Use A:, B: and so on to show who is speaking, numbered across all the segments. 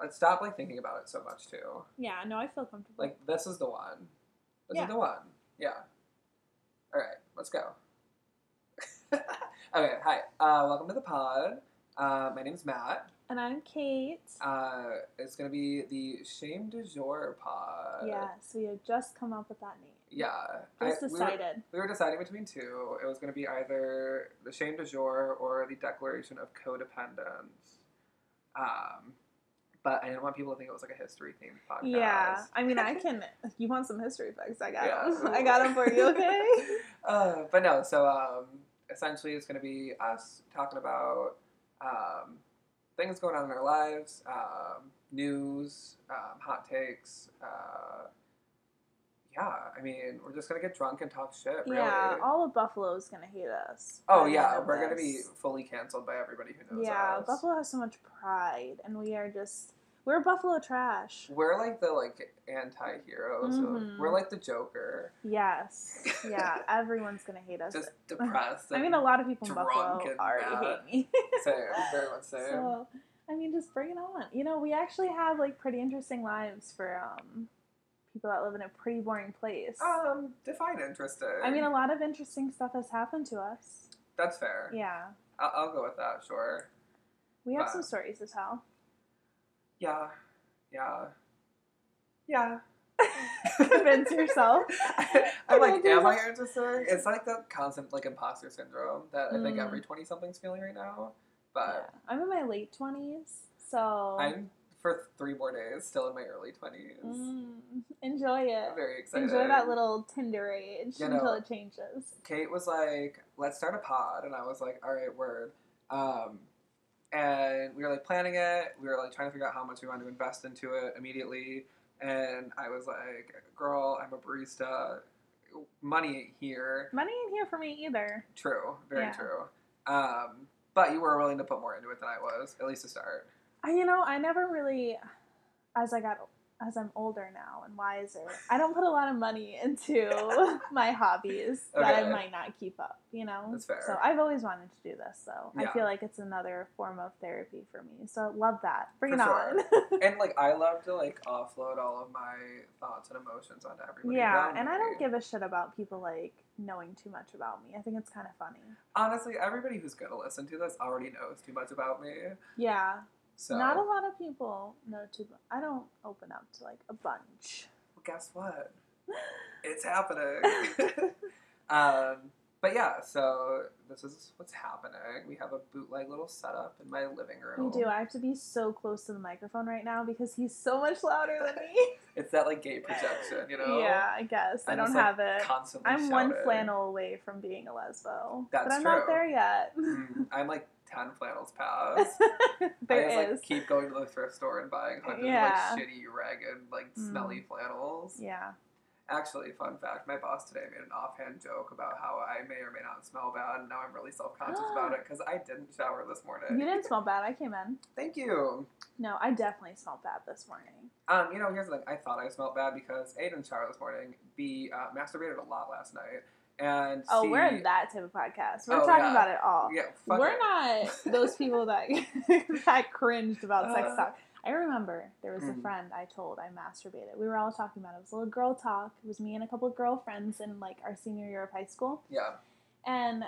A: Let's stop like thinking about it so much too.
B: Yeah, no, I feel comfortable.
A: Like this is the one. This
B: Yeah.
A: is the one. Yeah. All right, let's go. okay, hi. Uh, welcome to the pod. Uh, my name's Matt.
B: and I'm Kate.
A: Uh, it's gonna be the Shame du Jour pod.
B: yes, we had just come up with that name.
A: Yeah. I-
B: Just
A: we were-
B: decided.
A: We were deciding between two. It was going to be either the Shame du Jour or the Declaration of Codependence. Um, but I didn't want people to think it was like a history themed podcast.
B: yeah, I mean, I can. if you want some history facts? I got
A: Yeah.
B: 'em. I got them for you. Okay.
A: uh, but no, so um, essentially it's going to be us talking about um, things going on in our lives, um, news, um, hot takes. Uh, yeah, I mean, we're just going to get drunk and talk shit, really.
B: Yeah, all of Buffalo's gonna hate us.
A: Oh
B: by the end
A: yeah,
B: of
A: we're gonna be
B: this.
A: fully canceled by everybody who knows
B: Yeah,
A: us.
B: Buffalo has so much pride, and we are just we're Buffalo trash.
A: We're like the like anti-heroes. of-
B: Mhm.
A: we're like the Joker,
B: Yes, yeah, everyone's gonna hate us.
A: just depressed.
B: I
A: and
B: mean, a lot of people in
A: drunk
B: Buffalo
A: and
B: already
A: mad.
B: hate me.
A: Same, very much same.
B: so, I mean, just bring it on. You know, we actually have like pretty interesting lives for um people that live in a pretty boring place.
A: um, define interesting.
B: I mean, a lot of interesting stuff has happened to us.
A: that's fair.
B: Yeah,
A: I'll, I'll go with that. Sure.
B: we have
A: Wow.
B: some stories to tell.
A: Yeah, yeah, yeah.
B: Convince yourself.
A: I'm like,
B: Convince
A: am I
B: yourself.
A: interesting? It's like the constant like imposter syndrome that I think
B: Mm.
A: every twenty something's feeling right now. But
B: Yeah. I'm in my late twenties, so
A: I'm for three more days still in my early twenties.
B: mm, enjoy it.
A: I'm very excited.
B: Enjoy that little Tinder age
A: You know-
B: until it changes.
A: Kate was like, "Let's start a pod," and I was like, "All right, word." Um, and we were like planning it. We were like trying to figure out how much we wanted to invest into it immediately. And I was like, "Girl, I'm a barista. Money ain't here."
B: Money ain't here for me either.
A: True, very
B: Yeah.
A: true. Um, but you were willing to put more into it than I was, at least to start.
B: I, you know, I never really, as I got, as I'm older now and wiser, I don't put a lot of money into my hobbies that I
A: Okay.
B: might not keep up. You know,
A: That's fair.
B: So I've always wanted to do this, so
A: Yeah.
B: I feel like it's another form of therapy for me. So love that. Bring
A: For
B: it
A: sure.
B: on.
A: and like, I love to like offload all of my thoughts and emotions onto everybody.
B: yeah,
A: around
B: and I
A: me.
B: don't give a shit about people like knowing too much about me. I think it's kind of funny.
A: honestly everybody who's gonna listen to this already knows too much about me.
B: Yeah,
A: So
B: Not a lot of people know to. I don't open up to like a bunch.
A: Well, guess what? It's happening. um, but yeah, so this is what's happening. We have a bootleg little setup in my living room.
B: You do. I have to be so close to the microphone right now because he's so much louder than me.
A: It's that like gay projection, you know?
B: Yeah, I guess I
A: I'm
B: don't
A: just, like,
B: have it.
A: Constantly.
B: I'm one
A: shouting.
B: flannel away from being a lesbo, but
A: That's
B: I'm
A: true.
B: not there yet.
A: Mm, I'm like ten flannels past. I just
B: there
A: like
B: is.
A: keep going to the thrift store and buying hundreds
B: Yeah.
A: of like shitty, ragged, like
B: Mm.
A: smelly flannels.
B: yeah.
A: Actually, fun fact, my boss today made an offhand joke about how I may or may not smell bad, and now I'm really self conscious about it because I didn't shower this
B: You
A: morning.
B: didn't smell bad. I came in.
A: Thank you.
B: No, I definitely smelled bad this morning.
A: Um, you know, here's the thing. I thought I smelled bad because A didn't shower this morning, B uh, masturbated a lot last night, and
B: Oh,
A: C-
B: we're that type of podcast. We're
A: Oh,
B: talking
A: yeah.
B: about it all.
A: yeah, fuck
B: We're
A: it.
B: not those people that that cringed about sex
A: Uh,
B: talk. I remember there was a
A: mm.
B: friend I told I masturbated. We were all talking about it. It was a little girl talk. It was me and a couple of girlfriends in like our senior year of high school.
A: Yeah,
B: And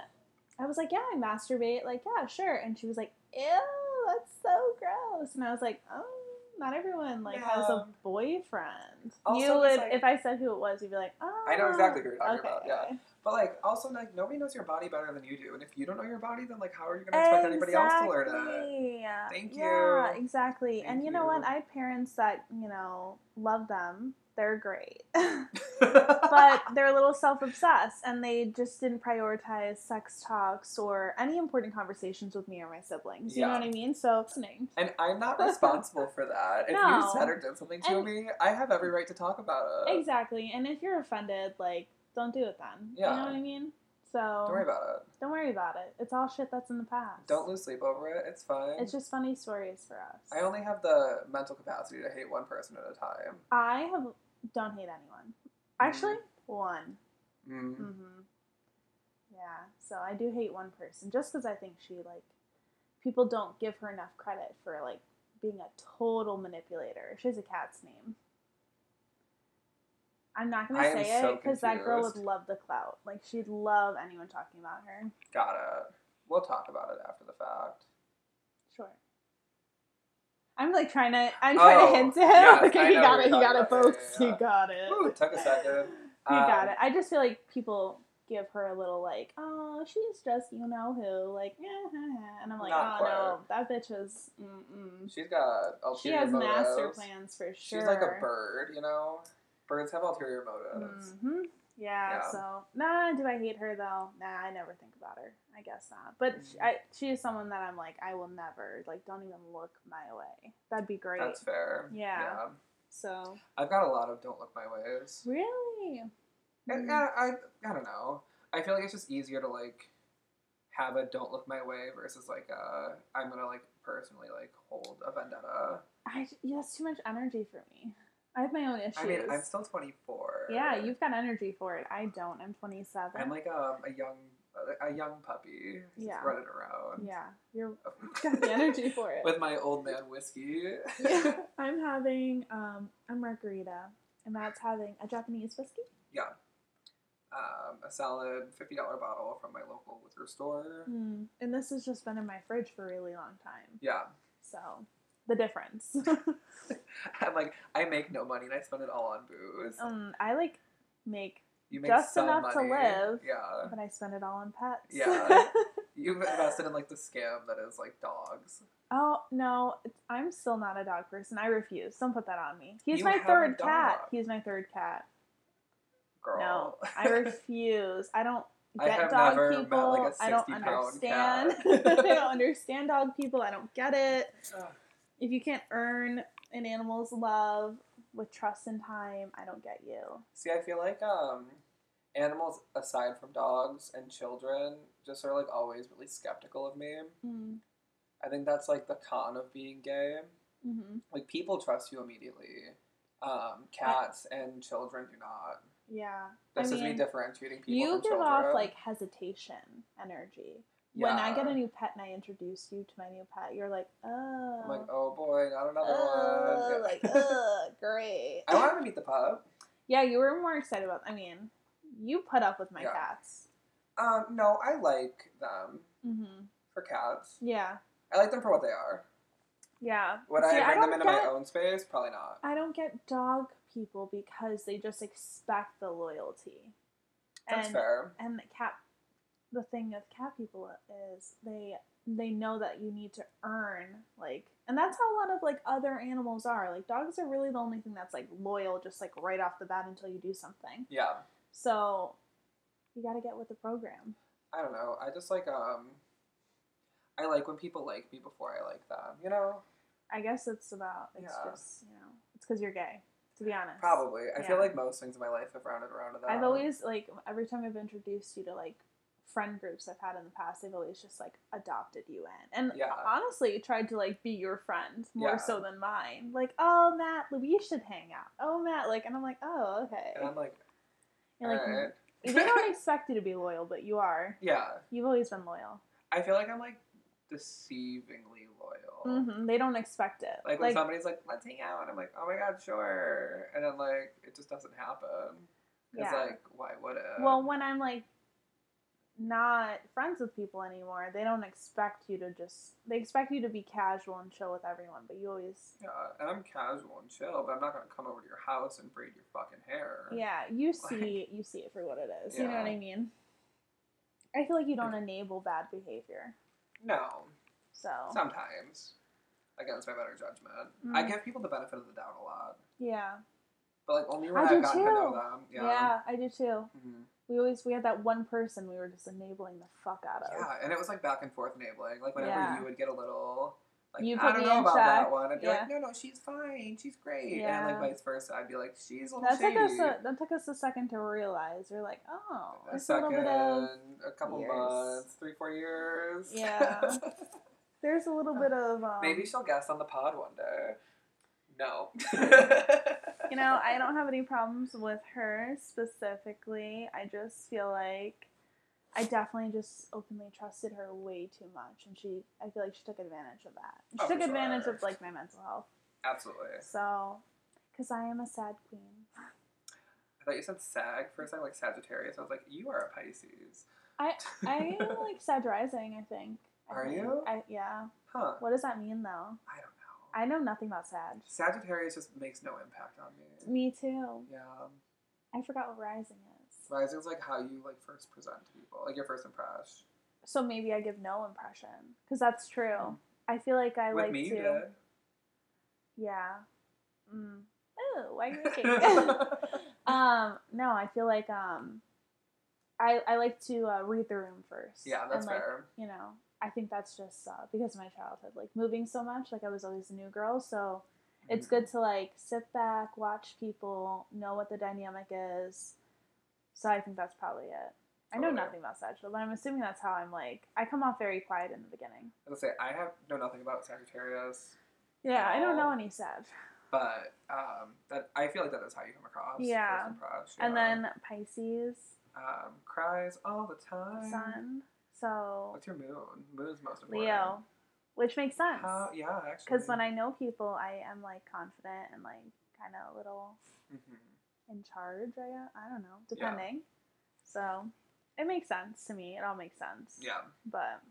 B: I was like, Yeah, I masturbate. Like, yeah, sure. And she was like, Ew, that's so gross. And I was like, Oh, not everyone like has
A: Yeah.
B: a boyfriend.
A: Also,
B: you
A: it's
B: would
A: like-
B: if I said who it was, you'd be like, Oh
A: I know exactly who you're talking
B: okay,
A: about, yeah.
B: okay."
A: but like also like nobody knows your body better than you do, and if you don't know your body, then like how are you gonna expect anybody else to learn it?
B: Exactly.
A: Thank
B: Yeah,
A: you.
B: exactly. and
A: Thank
B: you, know what?
A: you.
B: I have parents that, you know, love them. They're great. but they're a little self obsessed and they just didn't prioritize sex talks or any important conversations with me or my siblings. You
A: Yeah.
B: know what I mean? So, listening.
A: And I'm not responsible for that. If you
B: No.
A: said or did something to
B: And-
A: me, I have every right to talk about it.
B: Exactly. And if you're offended, like, don't do it then. You
A: Yeah.
B: know what I mean? So,
A: Don't worry about it.
B: don't worry about it. It's all shit that's in the past.
A: Don't lose sleep over it. It's fine.
B: It's just funny stories for us.
A: I only have the mental capacity to hate one person at a time.
B: I have don't hate anyone. Actually, one.
A: Mm.
B: hmm Yeah. So I do hate one person just because I think she like people don't give her enough credit for like being a total manipulator. She has a cat's name. I'm not gonna
A: I am
B: say
A: so
B: it because that girl would
A: confused.
B: love the clout. Like she'd love anyone talking about her.
A: Got it. We'll talk about it after the fact.
B: Sure. I'm like trying to. I'm trying
A: Oh,
B: to hint to him.
A: yes, I
B: okay, he
A: know
B: got
A: what
B: it. He
A: you're
B: got
A: talking
B: it,
A: about. Yeah,
B: folks.
A: yeah, yeah.
B: He got it.
A: Ooh, took a second.
B: He got
A: Um,
B: it. I just feel like people give her a little like, oh, she's just you know who, like, eh, eh, eh," and I'm like,
A: Not
B: oh no, that bitch is. Mm-mm.
A: She's got
B: She
A: ulterior
B: has
A: motives.
B: master plans for sure.
A: She's like a bird, you know. Birds have ulterior motives.
B: hmm Yeah,
A: Yeah.
B: So nah, do I hate her though? Nah, I never think about her. I guess not. But she,
A: Mm.
B: I, she is someone that I'm like, I will never like. Don't even look my way. That'd be great.
A: That's fair.
B: Yeah. so
A: I've got a lot of don't look my ways.
B: really,
A: And,
B: Mm.
A: uh, I I don't know. I feel like it's just easier to like have a don't look my way versus like a I'm gonna like personally like hold a vendetta.
B: I yeah, that's too much energy for me. I have my own issues.
A: I mean, I'm still 24.
B: Yeah, you've got energy for it. I don't. I'm 27.
A: I'm like a, a young a young puppy just
B: Yeah.
A: running around.
B: yeah, you're got the energy for it.
A: With my old man whiskey.
B: yeah, I'm having um, a margarita, and Matt's having a Japanese whiskey.
A: Yeah. Um, a solid $50 bottle from my local liquor store.
B: Mm. And this has just been in my fridge for a really long time.
A: Yeah.
B: So the difference.
A: I'm like, I make no money and I spend it all on booze.
B: um, I like make,
A: you make
B: just
A: some
B: enough to
A: money.
B: live.
A: Yeah.
B: but I spend it all on pets.
A: Yeah. You've invested in like the scam that is like dogs.
B: oh no, it's, I'm still not a dog person. I refuse. Don't put that on me. He's
A: You
B: my
A: have a
B: third cat.
A: dog.
B: He's my third cat.
A: Girl.
B: No, I refuse. I don't
A: I
B: get
A: have
B: dog
A: never met,
B: people.
A: like, a
B: I don't
A: 60 pound
B: understand.
A: cat.
B: I don't understand dog people. I don't get it.
A: Ugh.
B: If you can't earn an animal's love with trust and time, I don't get you.
A: See, I feel like um, animals aside from dogs and children just are like always really skeptical of me. I think that's like the con of being gay.
B: Mm-hmm.
A: Like people trust you immediately. Um, cats and children do not.
B: Yeah. I
A: This is me
B: mean,
A: differentiating people
B: you
A: from
B: give
A: children.
B: off like hesitation energy. When I get
A: Yeah.
B: a new pet and I introduce you to my new pet, you're like, oh,
A: I'm like, oh boy, not another
B: oh,
A: one.
B: like, oh, great.
A: I wanted to meet the pup.
B: Yeah, you were more excited about. I mean, you put up with my
A: Yeah.
B: cats.
A: Um, no, I like them
B: Mm-hmm.
A: for cats.
B: Yeah,
A: I like them for what they are.
B: yeah.
A: Would
B: See,
A: I bring them
B: don't
A: into
B: get-
A: my own space? Probably not.
B: I don't get dog people because they just expect the loyalty.
A: That's
B: and
A: fair.
B: and the cat, the thing with cat people is they they know that you need to earn like, and that's how a lot of like other animals are. Like dogs are really the only thing that's like loyal, just like right off the bat until you do something.
A: Yeah.
B: So you got to get with the program.
A: I don't know. I just like um I like when people like me before I like them, you know?
B: I guess it's about it's
A: Yeah.
B: just you know it's because you're gay. To be honest,
A: Probably. I feel
B: Yeah.
A: like most things in my life have rounded around to that.
B: I've always like every time I've introduced you to like friend groups I've had in the past, they've always just like adopted you in, and
A: Yeah.
B: honestly tried to like be your friend more
A: Yeah.
B: so than mine. Like, oh Matt, we should hang out. Oh Matt, like, and I'm like, oh okay.
A: and I'm like,
B: You're like,
A: alright.
B: they don't expect you to be loyal, but you are.
A: Yeah.
B: You've always been loyal.
A: I feel like I'm like deceivingly loyal.
B: hmm They don't expect it.
A: Like when somebody's like, let's hang out, and I'm like, oh my god, sure. And then like it just doesn't happen. Because
B: yeah.
A: like, why would it?
B: well, when I'm like not friends with people anymore, they don't expect you to just. They expect you to be casual and chill with everyone, but you always
A: yeah, and I'm casual and chill, but I'm not gonna come over to your house and braid your fucking hair.
B: Yeah, you see you see it for what it is. You know what
A: Yeah.
B: I mean? I feel like you don't enable bad behavior.
A: No.
B: So
A: Sometimes. Against my better judgment. I
B: Oh. Mm.
A: give people the benefit of the doubt a lot.
B: yeah.
A: But like only when
B: I
A: I
B: do
A: have gotten to know
B: too.
A: them.
B: yeah.
A: Yeah.
B: I do too.
A: Mhm.
B: We always we had that one person we were just enabling the fuck out of.
A: Yeah, and it was like back and forth enabling. Like whenever
B: Yeah.
A: you would get a little, like
B: You
A: I
B: put
A: don't
B: me
A: know
B: in
A: about that
B: check.
A: one, I'd be
B: Yeah.
A: like, no, no, she's fine, she's great, and
B: Yeah.
A: then like vice versa, I'd be like, she's a little
B: That took
A: shady.
B: us a, that took us a second to realize. You're like, oh,
A: a
B: there's a
A: second,
B: little bit of
A: a couple
B: years.
A: months, three, four years.
B: Yeah. there's a little bit of um,
A: Maybe she'll guest on the pod one day. No.
B: you know, I don't have any problems with her specifically. I just feel like I definitely just openly trusted her way too much, and she I feel like she took advantage of that. She
A: Oh,
B: took
A: for
B: advantage
A: sure.
B: of like my mental health.
A: Absolutely.
B: So, because I am a sad queen,
A: I thought you said Sag for a second, like Sagittarius. I was like, you are a Pisces.
B: I am like sad rising. I think. I
A: Are
B: think.
A: you?
B: I, yeah.
A: Huh.
B: What does that mean though?
A: I don't know.
B: I know nothing about sad.
A: Sagittarius just makes no impact on me.
B: Me too.
A: Yeah.
B: I forgot what rising is.
A: Rising's like how you like first present to people, like your first impress.
B: So maybe I give no impression because that's true. I feel like I
A: Mm. With
B: like
A: me,
B: to.
A: you did.
B: Yeah. Mm. Ooh, why are you looking? um, no, I feel like um, I I like to uh, read the room first.
A: yeah, that's
B: and, like,
A: fair.
B: You know, I think that's just uh, because of my childhood, like moving so much. Like I was always a new girl, so it's
A: Mm-hmm.
B: good to like sit back, watch people, know what the dynamic is. So I think that's probably it. I know
A: Totally.
B: nothing about Sagittal, but I'm assuming that's how I'm like. I come off very quiet in the beginning.
A: I was gonna say I have know nothing about Sagittarius,
B: Yeah, I don't know
A: Oh.
B: any Sag.
A: but um, that I feel like that is how you come across.
B: Yeah.
A: First impress,
B: And
A: yeah.
B: then Pisces,
A: um, cries all the time.
B: Sun. So
A: What's your moon? Moon's most important.
B: Leo, which makes sense
A: How, yeah, actually.
B: because when I know people, I am like confident and like kind of a little
A: Mhm.
B: in charge. I guess. I don't know,
A: Yeah.
B: depending. So it makes sense to me. It all makes sense.
A: Yeah.
B: But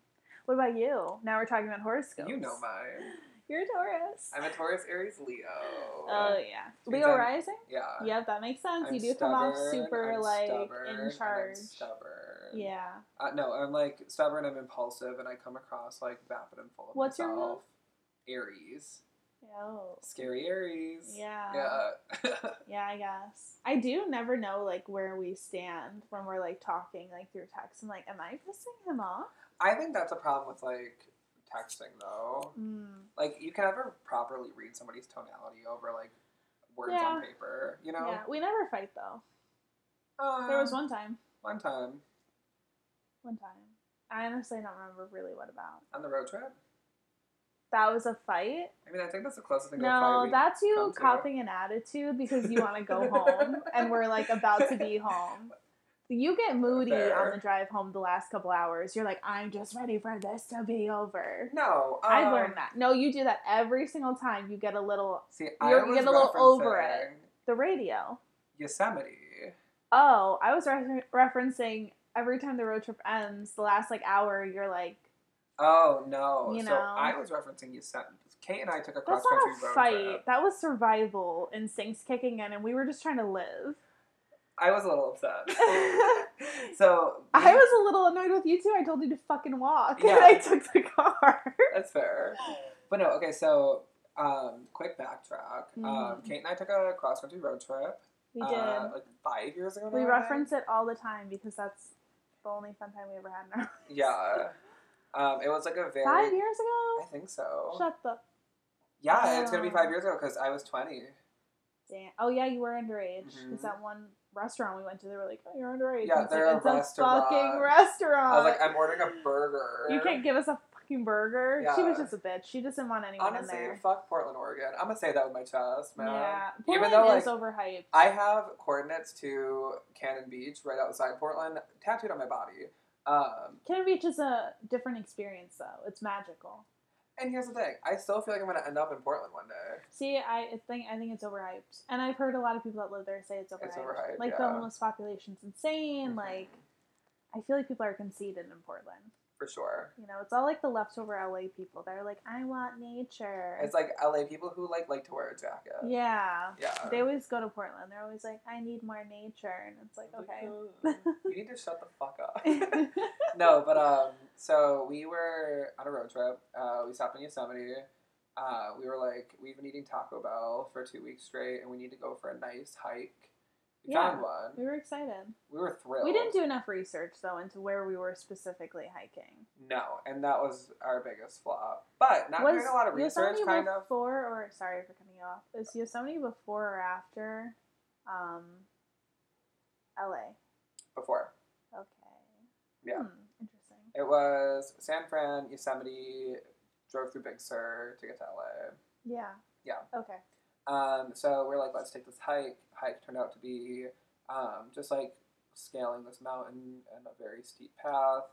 B: what about you? Now we're talking about horoscopes.
A: You know mine.
B: You're a Taurus.
A: I'm a Taurus, Aries, Leo.
B: oh yeah,
A: means
B: Leo
A: I'm-
B: rising.
A: yeah.
B: Yep, that makes sense.
A: I'm
B: you do come off
A: stubborn,
B: super
A: I'm
B: like
A: stubborn, and
B: in
A: I'm
B: charge.
A: stubborn.
B: Yeah.
A: Uh, no, I'm like stubborn. I'm impulsive, and I come across like vapid and full of
B: What's your
A: myself.
B: move?
A: Aries.
B: Oh.
A: Scary Aries.
B: Yeah.
A: Yeah.
B: Yeah, I guess. I do never know like where we stand when we're like talking like through text. I'm like, am I pissing him off?
A: I think that's a problem with like texting though.
B: Mm.
A: Like you can never properly read somebody's tonality over like words on paper. You know.
B: Yeah, we never fight though.
A: Uh,
B: There was one time,
A: one time
B: one time. I honestly don't remember really what about.
A: on the road trip.
B: That was a fight.
A: I mean, I think that's the closest thing. to a fight
B: No,
A: we-
B: that's you
A: come to.
B: copping an attitude because you want to go home and we're like about to be home. You get moody on
A: Fair.
B: the drive home the last couple hours. You're like, I'm just ready for this to be over.
A: No, um,
B: I've learned that. No, you do that every single time. You get a little
A: See, I
B: You're- you
A: was
B: get a little over it.
A: referencing
B: the radio.
A: Yosemite.
B: Oh, I was re- referencing every time the road trip ends, the last like hour, you're like,
A: Oh no!
B: You
A: so
B: know.
A: I was referencing Yosemite. Kate and I took a cross
B: that's not
A: country
B: a
A: road
B: fight.
A: trip.
B: That was survival instincts kicking in, and we were just trying to live.
A: I was a little upset. so
B: I was a little annoyed with you too. I told you to fucking walk,
A: Yeah.
B: and I took the car.
A: That's fair. But no, okay. So um, quick backtrack. Um,
B: Mhm.
A: Kate and I took a cross country road trip.
B: We did.
A: Uh, like five years ago.
B: we
A: now, I
B: reference it all the time because that's the only fun time we ever had. In our-
A: think. Yeah. Um, it was like a very.
B: Five years
A: I
B: ago.
A: think so.
B: Shut the
A: yeah, it's gonna be
B: down.
A: five years ago because I was twenty.
B: damn. Oh yeah, you were underage. Because
A: Mhm.
B: that one restaurant we went to, they were like, "Oh, you're underage."
A: Yeah,
B: And it's like,
A: they're a
B: it's a
A: restaurant.
B: fucking
A: I was
B: restaurant.
A: like, I'm ordering a burger.
B: Uh, You can't give us a fucking burger. She was
A: Yeah.
B: just a bitch. She just didn't want anyone
A: Honestly,
B: in there.
A: fuck Portland, Oregon. I'm gonna say that with my chest, man.
B: Yeah,
A: Even
B: Portland
A: though,
B: is
A: like,
B: overhyped.
A: I have coordinates to Cannon Beach, right outside Portland, tattooed on my body. Um,
B: Cannon Beach is a different experience, though. It's magical.
A: and here's the thing: I still feel like I'm gonna end up in Portland one day.
B: See, I I think I think it's overhyped, and I've heard a lot of people that live there say it's overhyped.
A: overhyped,
B: like the
A: yeah.
B: homeless population's insane.
A: Mhm.
B: Like, I feel like people are conceited in Portland.
A: for sure.
B: You know, it's all like the leftover LA people. They're like, I want nature.
A: It's like LA people who like like to wear a jacket.
B: yeah.
A: Yeah.
B: They always go to Portland. They're always like, I need more nature, and it's like,
A: I'm like,
B: okay.
A: "Ugh, you need to shut the fuck up. no, but um, so we were on a road trip. Uh, we stopped in Yosemite. Uh, we were like, we've been eating Taco Bell for two weeks straight, and we need to go for a nice hike. We
B: Yeah.
A: found one.
B: we were excited.
A: We were thrilled.
B: We didn't do enough research though into where we were specifically hiking.
A: No, and that was our biggest flaw. But not doing a lot of research,
B: Yosemite
A: kind of.
B: before or sorry for coming off. Is Yosemite before or after um LA?
A: Before
B: Okay.
A: Yeah.
B: Hmm, interesting.
A: it was San Fran, Yosemite, drove through Big Sur to get to LA.
B: Yeah.
A: Yeah.
B: Okay.
A: Um, so we're like, let's take this hike. Hike turned out to be um, just like scaling this mountain and a very steep path.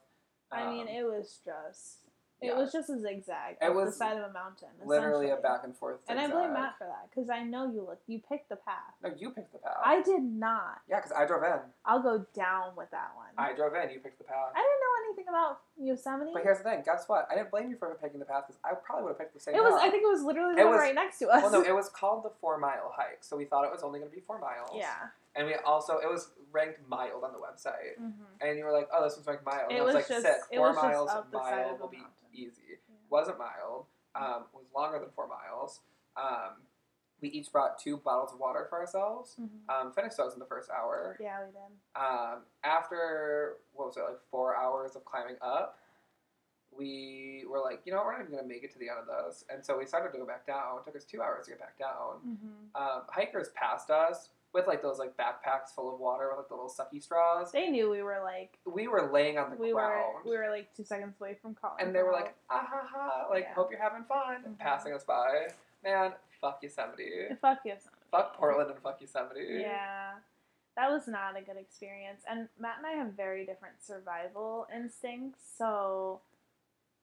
B: I mean,
A: Um,
B: it was just it
A: yeah.
B: was just a zigzag.
A: It
B: up the
A: was
B: side of a mountain.
A: literally a
B: essentially.
A: back and forth.
B: And I
A: zigzag.
B: blame Matt for that because I know you look you picked the path.
A: No, you picked the path.
B: I did not.
A: yeah, because I drove in.
B: I'll go down with that one.
A: I drove in. You picked the path.
B: I didn't know anything about Yosemite.
A: But here's the thing. Guess what? I didn't blame you for picking the path because I probably would have picked the same.
B: it was.
A: path.
B: I think it was literally
A: It
B: the one
A: was-
B: right next to us.
A: Well, no, it was called the four mile hike, so we thought it was only going to be four miles.
B: yeah.
A: And we also it was ranked mild on the website,
B: hmm
A: and you were like, "Oh, this one's ranked mild." And
B: It
A: I was,
B: was
A: like,
B: just-
A: "Sick,
B: it
A: four
B: was just
A: miles,
B: up the side
A: mile
B: of a
A: will be
B: mountain.
A: easy."
B: Yeah.
A: Wasn't mild.
B: Mm-hmm.
A: Um, was longer than four miles. Um, we each brought two bottles of water for ourselves.
B: Mhm.
A: Um, finished those in the first hour.
B: Yeah, we did.
A: Um, after what was it like four hours of climbing up, we were like, you know, what, we're not even gonna make it to the end of this, and so we started to go back down. It took us two hours to get back down.
B: hmm
A: Um, hikers passed us with like those like backpacks full of water with like the little sucky straws.
B: They knew we were like
A: We were laying on the
B: we were
A: ground,
B: we were like two seconds away from calling.
A: and they were
B: for
A: like, ah ha ha, like
B: Yeah.
A: hope you're having fun, and
B: Mhm.
A: passing us by. Man, fuck Yosemite,
B: help. "Fuck Yosemite."
A: fuck Portland, and fuck Yosemite.
B: Yeah. That was not a good experience. And Matt and I have very different survival instincts. So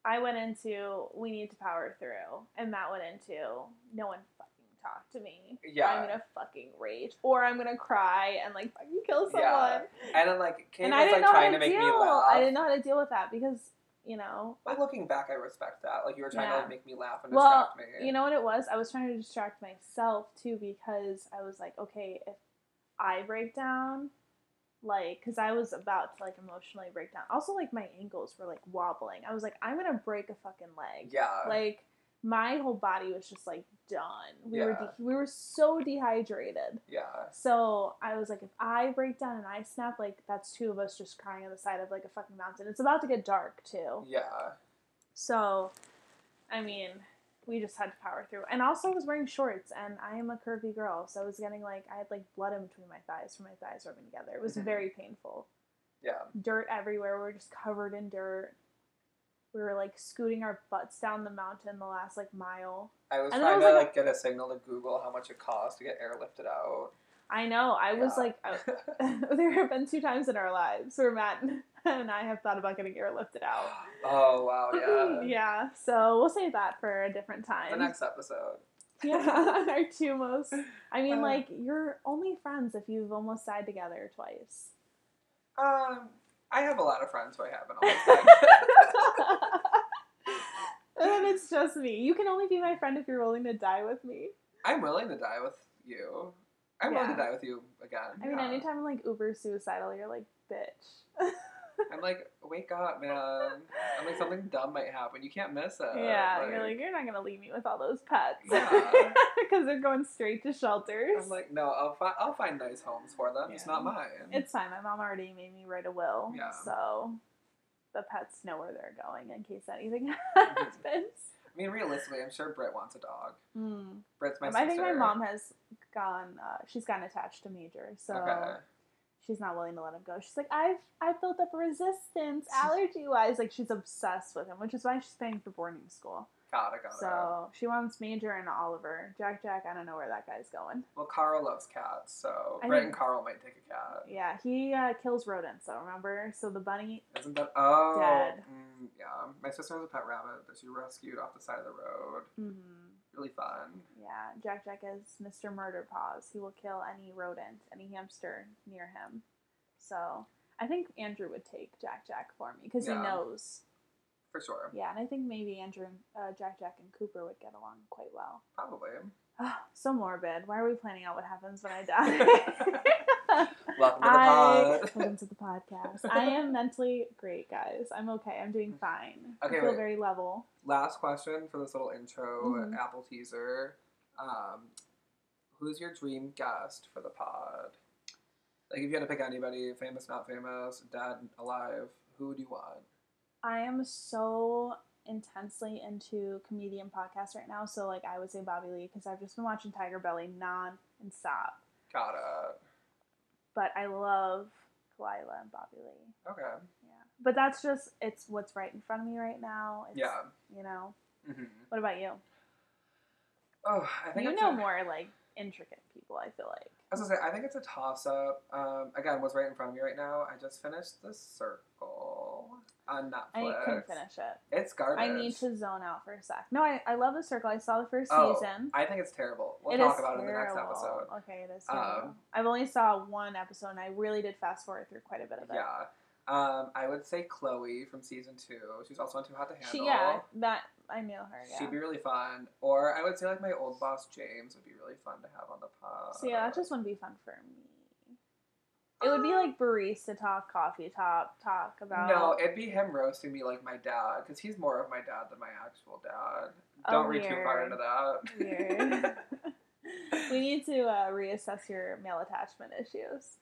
B: I went into we need to power through. And Matt went into no one fucking talk to me.
A: Yeah.
B: I'm gonna fucking rage. Or I'm gonna cry and like fucking kill someone.
A: Yeah. And then like Kate
B: and I
A: was like
B: didn't know how
A: trying to
B: to
A: make
B: deal.
A: me laugh.
B: I didn't know how to deal with that because, you know,
A: But looking back, I respect that. Like you were trying
B: Yeah.
A: to like, make me laugh and
B: Well,
A: distract me.
B: You know what it was? I was trying to distract myself too because I was like, okay, if I break down, like, because I was about to like emotionally break down. Also, like my ankles were like wobbling. I was like, I'm gonna break a fucking leg.
A: yeah,
B: Like my whole body was just like done. We were
A: Yeah.
B: de- we were so dehydrated.
A: yeah,
B: So I was like, if I break down and I snap, like that's two of us just crying on the side of like a fucking mountain. It's about to get dark too.
A: yeah.
B: So, I mean, we just had to power through. And also, I was wearing shorts, and I am a curvy girl, so I was getting like I had like blood in between my thighs from my thighs rubbing together. It was
A: Mhm.
B: very painful.
A: Yeah.
B: Dirt everywhere. We were just covered in dirt. We were like scooting our butts down the mountain the last like mile.
A: I was
B: And then I
A: trying
B: was
A: to
B: like-
A: like get a signal to Google how much it costs to get airlifted out.
B: I know. I was
A: Yeah.
B: like, I- there have been two times in our lives where Matt and I have thought about getting airlifted out.
A: Oh wow, yeah.
B: yeah. So we'll save that for a different time.
A: The next episode.
B: Yeah, our two most. I mean,
A: Uh,
B: like you're only friends if you've almost died together twice.
A: Um, I have a lot of friends who I haven't almost died.
B: and then it's just me. You can only be my friend if you're willing to die with me.
A: I'm willing to die with you. I'm willing to
B: Yeah.
A: die with you again.
B: I mean,
A: yeah.
B: anytime I'm like uber suicidal, you're like, bitch.
A: I'm like, wake up, man. I'm like, something dumb might happen. You can't miss it.
B: yeah, you're like, you're not gonna leave me with all those pets
A: Yeah.
B: because they're going straight to shelters.
A: I'm like, no, I'll, fi- I'll find nice homes for them. It's
B: Yeah.
A: not mine.
B: it's fine. My mom already made me write a will,
A: Yeah.
B: so the pets know where they're going in case anything
A: Mm-hmm.
B: happens.
A: I mean, realistically, I'm sure Britt wants a dog.
B: Mm.
A: Britt's my
B: Um,
A: sister.
B: I think my mom has gone. Uh, she's gotten attached to Major, so
A: Okay.
B: she's not willing to let him go. She's like, I've I've built up a resistance, allergy wise. Like she's obsessed with him, which is why she's paying for boarding school.
A: Gotta, gotta.
B: So she wants Major and Oliver. Jack, Jack. I don't know where that guy's going.
A: Well, Carl loves cats, so
B: I
A: Britt
B: think-
A: and Carl might take a cat.
B: Yeah, he uh, kills rodents. though, remember, so the bunny.
A: Isn't that? Oh.
B: Dead.
A: Mm, yeah. My sister has a pet rabbit that she rescued off the side of the road.
B: mhm.
A: Really fun.
B: Yeah, Jack Jack is Mr. Murder Paws. He will kill any rodent, any hamster near him. So I think Andrew would take Jack Jack for me because
A: Yeah.
B: he knows.
A: For sure.
B: Yeah, and I think maybe Andrew and uh, Jack Jack and Cooper would get along quite well.
A: Probably.
B: so morbid. Why are we planning out what happens when I die?
A: Welcome to the
B: I
A: pod.
B: welcome to the podcast. I am mentally great, guys. I'm okay. I'm doing fine.
A: Okay,
B: I feel
A: wait.
B: very level.
A: Last question for this little intro
B: Mhm.
A: Apple teaser. Um, who's your dream guest for the pod? Like, if you had to pick anybody, famous, not famous, dead, alive, who do you want?
B: I am so intensely into comedian podcasts right now. So like I would say Bobby Lee because I've just been watching Tiger Belly non and stop.
A: Gotta.
B: But I love Kalila and Bobby Lee.
A: Okay.
B: Yeah. But that's just it's what's right in front of me right now. It's,
A: Yeah.
B: You know.
A: hmm
B: What about you?
A: Oh, I think
B: You
A: I'm
B: know
A: so-
B: more like intricate people, I feel like.
A: I was gonna say, I think it's a toss up. Um, again, what's right in front of me right now? I just finished The Circle on Netflix.
B: I couldn't finish it.
A: It's garbage.
B: I need to zone out for a sec. No, I, I love The Circle. I saw the first
A: Oh,
B: season.
A: I think it's terrible. We'll
B: It
A: talk
B: is
A: about it in the next
B: terrible.
A: episode.
B: Okay, it is
A: Um,
B: terrible. I've only saw one episode, and I really did fast forward through quite a bit of it.
A: Yeah. Um, I would say Chloe from season two. She's also on Too Hot to Handle.
B: She, yeah, that I knew her. Yeah.
A: She'd be really fun. Or I would say like my old boss James would be really fun to have on the pod.
B: so yeah, that just wouldn't be fun for me. It would be like barista talk, coffee talk, talk about.
A: Um, No, it'd be him roasting me like my dad, because he's more of my dad than my actual dad.
B: Oh,
A: Don't read too
B: weird.
A: far into that.
B: Weird. we need to uh, reassess your male attachment issues.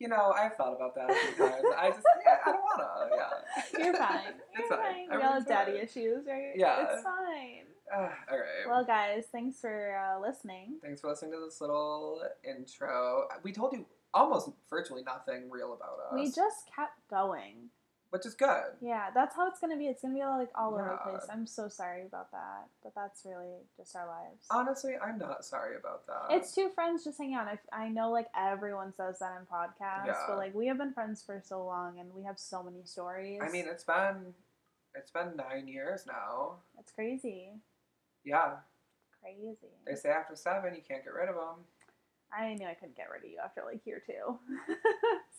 A: you know, I've thought about that a few times. I just, yeah, I don't wanna. Yeah.
B: You're fine.
A: It's
B: You're
A: fine.
B: fine. We all have
A: Everything's
B: daddy
A: fine.
B: issues, right?
A: Yeah.
B: It's fine.
A: Ah, all right.
B: Well, guys, thanks for uh, listening.
A: Thanks for listening to this little intro. We told you almost virtually nothing real about us,
B: We just kept going.
A: which is good.
B: Yeah, that's how it's gonna be. It's gonna be like all over the
A: Yeah.
B: place. I'm so sorry about that, but that's really just our lives.
A: Honestly, I'm not sorry about that.
B: it's two friends just hanging out. I, I know like everyone says that in podcasts,
A: Yeah.
B: but like we have been friends for so long and we have so many stories.
A: I mean, it's been it's been nine years now.
B: it's crazy,
A: Yeah,
B: crazy.
A: they say after seven you can't get rid of them.
B: I knew I couldn't get rid of you after like year two.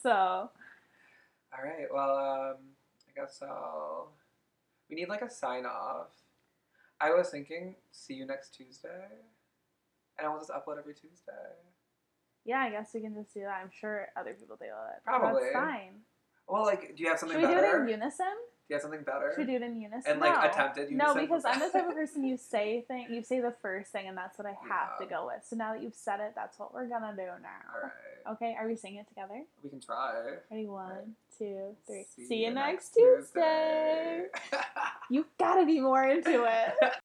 B: so
A: All right. Well, um, I guess I'll. We need like a sign off. I was thinking, see you next Tuesday, and I will just upload every Tuesday.
B: yeah, I guess we can just do that. I'm sure other people do it.
A: Probably.
B: That's fine.
A: Well, like, do you have something
B: Should we
A: better?
B: do it in unison?
A: Do you have something better?
B: Should we do it in unison?
A: and like
B: no.
A: attempted you
B: No,
A: said-
B: because I'm the type of person you say thing you say the first thing and that's what I have to
A: Yeah.
B: go with. So now that you've said it, that's what we're gonna do
A: All
B: now.
A: right.
B: Okay, are we singing it together?
A: We can try.
B: Ready? One, two, three. See,
A: you
B: you next Tuesday.
A: Tuesday.
B: You gotta be more into it.